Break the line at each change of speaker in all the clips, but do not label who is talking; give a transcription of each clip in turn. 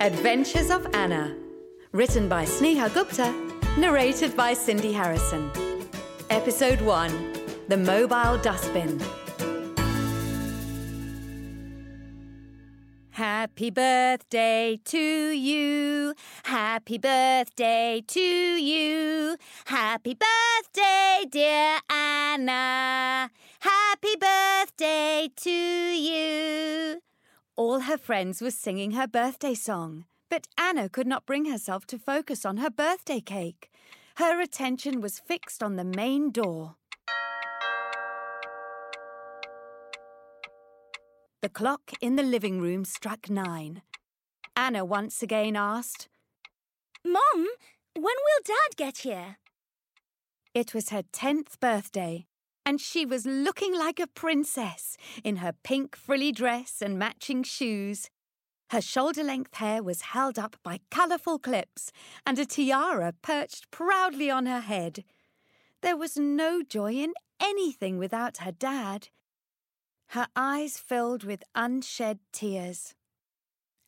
Adventures of Anna. Written by Sneha Gupta, narrated by Cindy Harrison. Episode 1 The Mobile Dustbin. Happy birthday to you. Happy birthday to you. Happy birthday, dear Anna. Happy birthday to you. All her friends were singing her birthday song, but Anna could not bring herself to focus on her birthday cake. Her attention was fixed on the main door. The clock in the living room struck nine. Anna once again asked,
Mom, when will Dad get here?
It was her 10th birthday, and she was looking like a princess in her pink frilly dress and matching shoes. Her shoulder length hair was held up by colourful clips, and a tiara perched proudly on her head. There was no joy in anything without her dad. Her eyes filled with unshed tears.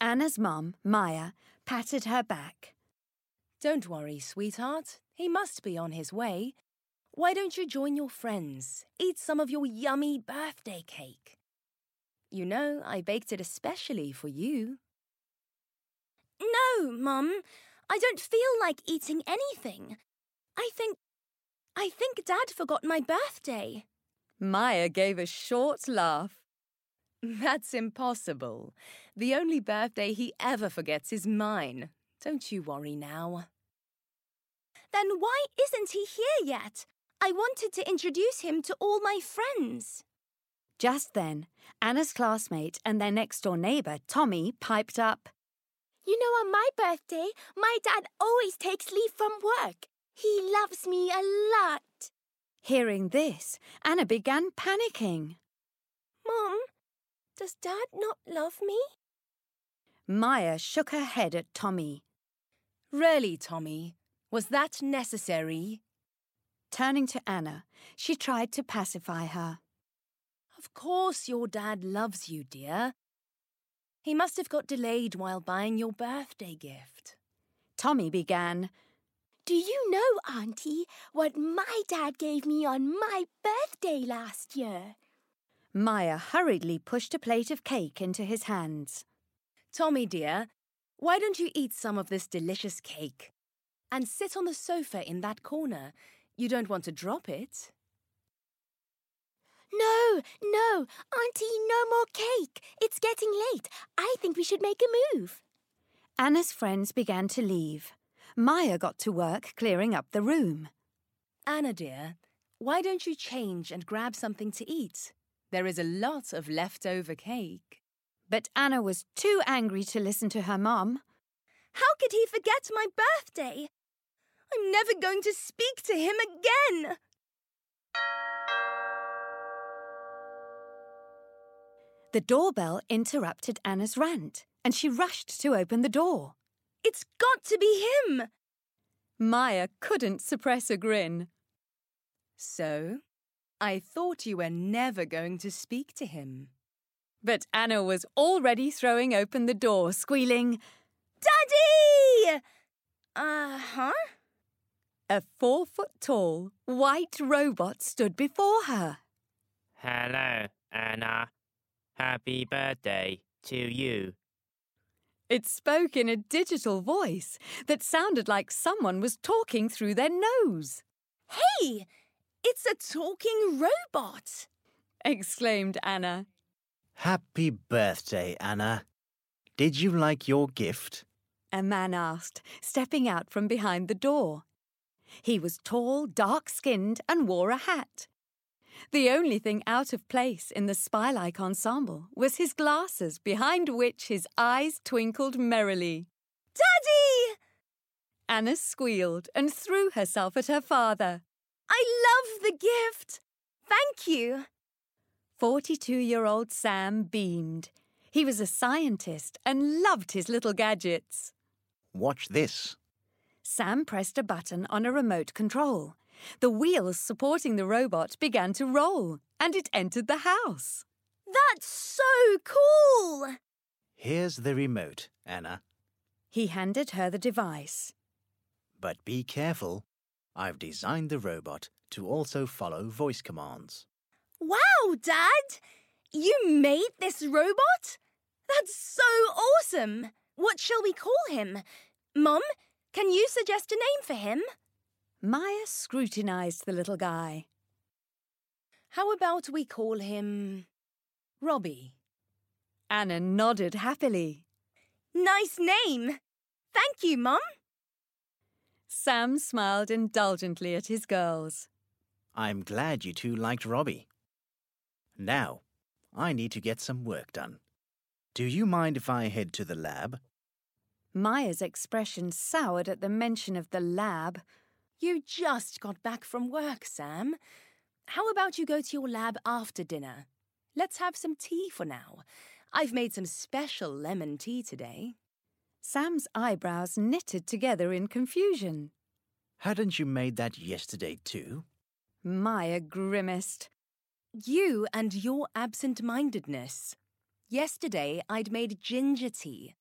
Anna's mum, Maya, patted her back.
Don't worry, sweetheart. He must be on his way. Why don't you join your friends? Eat some of your yummy birthday cake. You know, I baked it especially for you.
No, Mum. I don't feel like eating anything. I think. I think Dad forgot my birthday.
Maya gave a short laugh.
That's impossible. The only birthday he ever forgets is mine. Don't you worry now.
Then why isn't he here yet? I wanted to introduce him to all my friends.
Just then, Anna's classmate and their next door neighbour, Tommy, piped up.
You know, on my birthday, my dad always takes leave from work. He loves me a lot.
Hearing this, Anna began panicking.
Mom, does Dad not love me?
Maya shook her head at Tommy.
Really, Tommy? Was that necessary?
Turning to Anna, she tried to pacify her.
Of course, your dad loves you, dear. He must have got delayed while buying your birthday gift.
Tommy began,
Do you know, Auntie, what my dad gave me on my birthday last year?
Maya hurriedly pushed a plate of cake into his hands.
Tommy, dear, why don't you eat some of this delicious cake? And sit on the sofa in that corner. You don't want to drop it.
No, no, Auntie, no more cake. It's getting late. I think we should make a move.
Anna's friends began to leave. Maya got to work clearing up the room.
Anna, dear, why don't you change and grab something to eat? There is a lot of leftover cake.
But Anna was too angry to listen to her mum.
How could he forget my birthday? I'm never going to speak to him again.
The doorbell interrupted Anna's rant, and she rushed to open the door.
It's got to be him.
Maya couldn't suppress a grin.
So, I thought you were never going to speak to him.
But Anna was already throwing open the door, squealing.
Daddy! Uh huh.
A four foot tall, white robot stood before her.
Hello, Anna. Happy birthday to you.
It spoke in a digital voice that sounded like someone was talking through their nose,
Hey, it's a talking robot.
exclaimed Anna.
Happy birthday, Anna. Did you like your gift?
A man asked, stepping out from behind the door. He was tall, dark skinned, and wore a hat. The only thing out of place in the spy like ensemble was his glasses, behind which his eyes twinkled merrily.
Daddy!
Anna squealed and threw herself at her father.
I love the gift. Thank you.
42 year old Sam beamed. He was a scientist and loved his little gadgets.
Watch this.
Sam pressed a button on a remote control. The wheels supporting the robot began to roll, and it entered the house.
That's so cool.
Here's the remote, Anna.
He handed her the device.
But be careful. I've designed the robot to also follow voice commands.
Wow, Dad! You made this robot? That's so awesome! What shall we call him? Mum, can you suggest a name for him?
Maya scrutinized the little guy.
How about we call him Robbie?
Anna nodded happily.
Nice name! Thank you, Mum.
Sam smiled indulgently at his girls.
I'm glad you two liked Robbie. Now, I need to get some work done. Do you mind if I head to the lab?
Maya's expression soured at the mention of the lab.
You just got back from work, Sam. How about you go to your lab after dinner? Let's have some tea for now. I've made some special lemon tea today.
Sam's eyebrows knitted together in confusion.
Hadn't you made that yesterday too?
Maya grimaced.
You and your absent mindedness. Yesterday, I'd made ginger tea.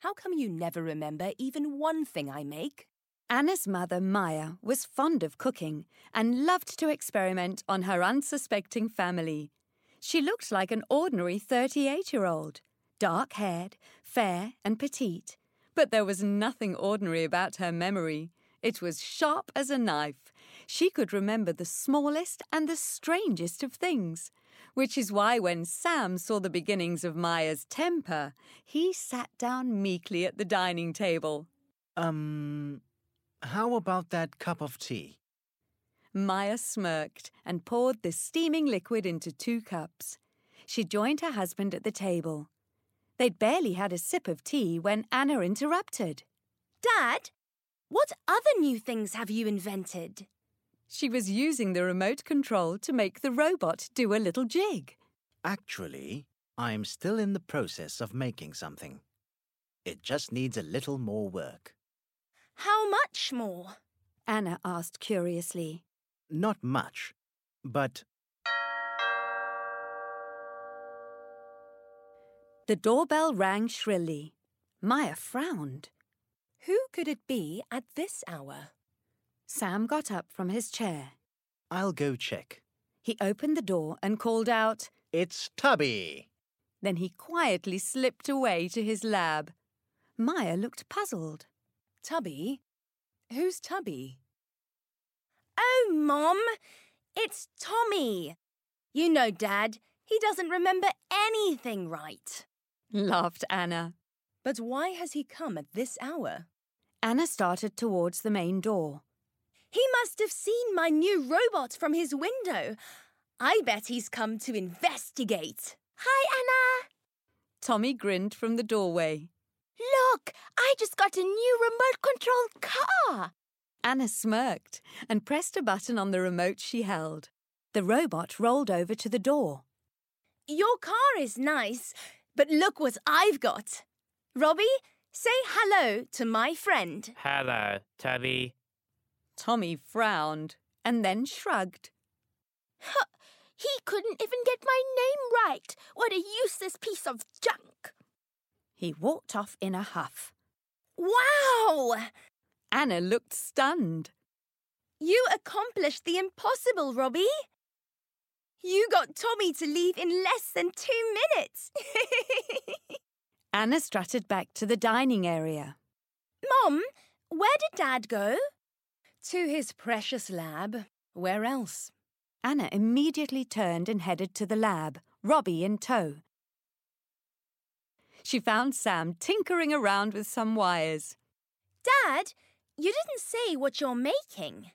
How come you never remember even one thing I make?
Anna's mother, Maya, was fond of cooking and loved to experiment on her unsuspecting family. She looked like an ordinary 38 year old, dark haired, fair, and petite. But there was nothing ordinary about her memory. It was sharp as a knife. She could remember the smallest and the strangest of things. Which is why when Sam saw the beginnings of Maya's temper, he sat down meekly at the dining table.
Um, how about that cup of tea?
Maya smirked and poured the steaming liquid into two cups. She joined her husband at the table. They'd barely had a sip of tea when Anna interrupted.
Dad, what other new things have you invented?
She was using the remote control to make the robot do a little jig.
Actually, I'm still in the process of making something. It just needs a little more work.
How much more?
Anna asked curiously.
Not much, but
The doorbell rang shrilly. Maya frowned.
Who could it be at this hour?
Sam got up from his chair.
I'll go check.
He opened the door and called out,
It's Tubby!
Then he quietly slipped away to his lab. Maya looked puzzled.
Tubby? Who's Tubby?
Oh, Mom, it's Tommy. You know, Dad, he doesn't remember anything right.
Laughed Anna.
But why has he come at this hour?
Anna started towards the main door.
He must have seen my new robot from his window. I bet he's come to investigate. Hi, Anna.
Tommy grinned from the doorway.
Look, I just got a new remote controlled car.
Anna smirked and pressed a button on the remote she held. The robot rolled over to the door.
Your car is nice, but look what I've got. Robbie, say hello to my friend.
Hello, Tubby.
Tommy frowned and then shrugged.
He couldn't even get my name right. What a useless piece of junk.
He walked off in a huff.
Wow!
Anna looked stunned.
You accomplished the impossible, Robbie. You got Tommy to leave in less than two minutes.
Anna strutted back to the dining area.
Mom, where did Dad go?
To his precious lab. Where else?
Anna immediately turned and headed to the lab, Robbie in tow. She found Sam tinkering around with some wires.
Dad, you didn't say what you're making.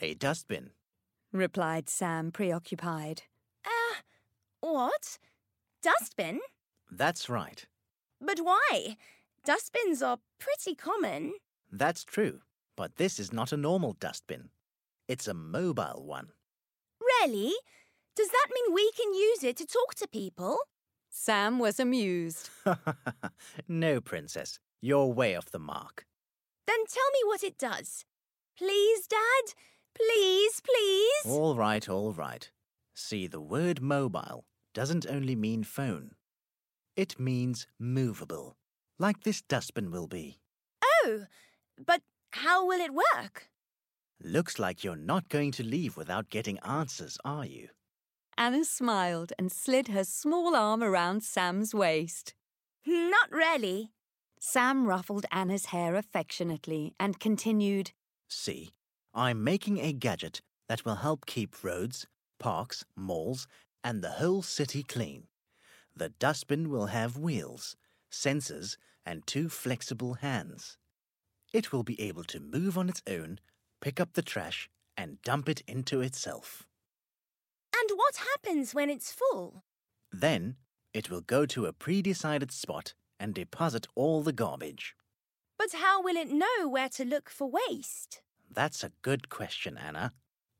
A dustbin.
replied Sam, preoccupied.
Uh, what? Dustbin?
That's right.
But why? Dustbins are pretty common.
That's true. But this is not a normal dustbin. It's a mobile one.
Really? Does that mean we can use it to talk to people?
Sam was amused.
no, Princess. You're way off the mark.
Then tell me what it does. Please, Dad? Please, please?
All right, all right. See, the word mobile doesn't only mean phone, it means movable, like this dustbin will be.
know. But how will it work?
Looks like you're not going to leave without getting answers, are you?
Anna smiled and slid her small arm around Sam's waist.
Not really.
Sam ruffled Anna's hair affectionately and continued,
See, I'm making a gadget that will help keep roads, parks, malls, and the whole city clean. The dustbin will have wheels, sensors, and two flexible hands. It will be able to move on its own, pick up the trash, and dump it into itself.
And what happens when it's full?
Then it will go to a pre decided spot and deposit all the garbage.
But how will it know where to look for waste?
That's a good question, Anna.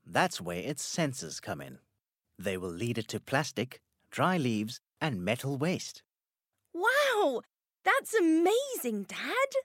That's where its sensors come in. They will lead it to plastic, dry leaves, and metal waste.
Wow! That's amazing, Dad!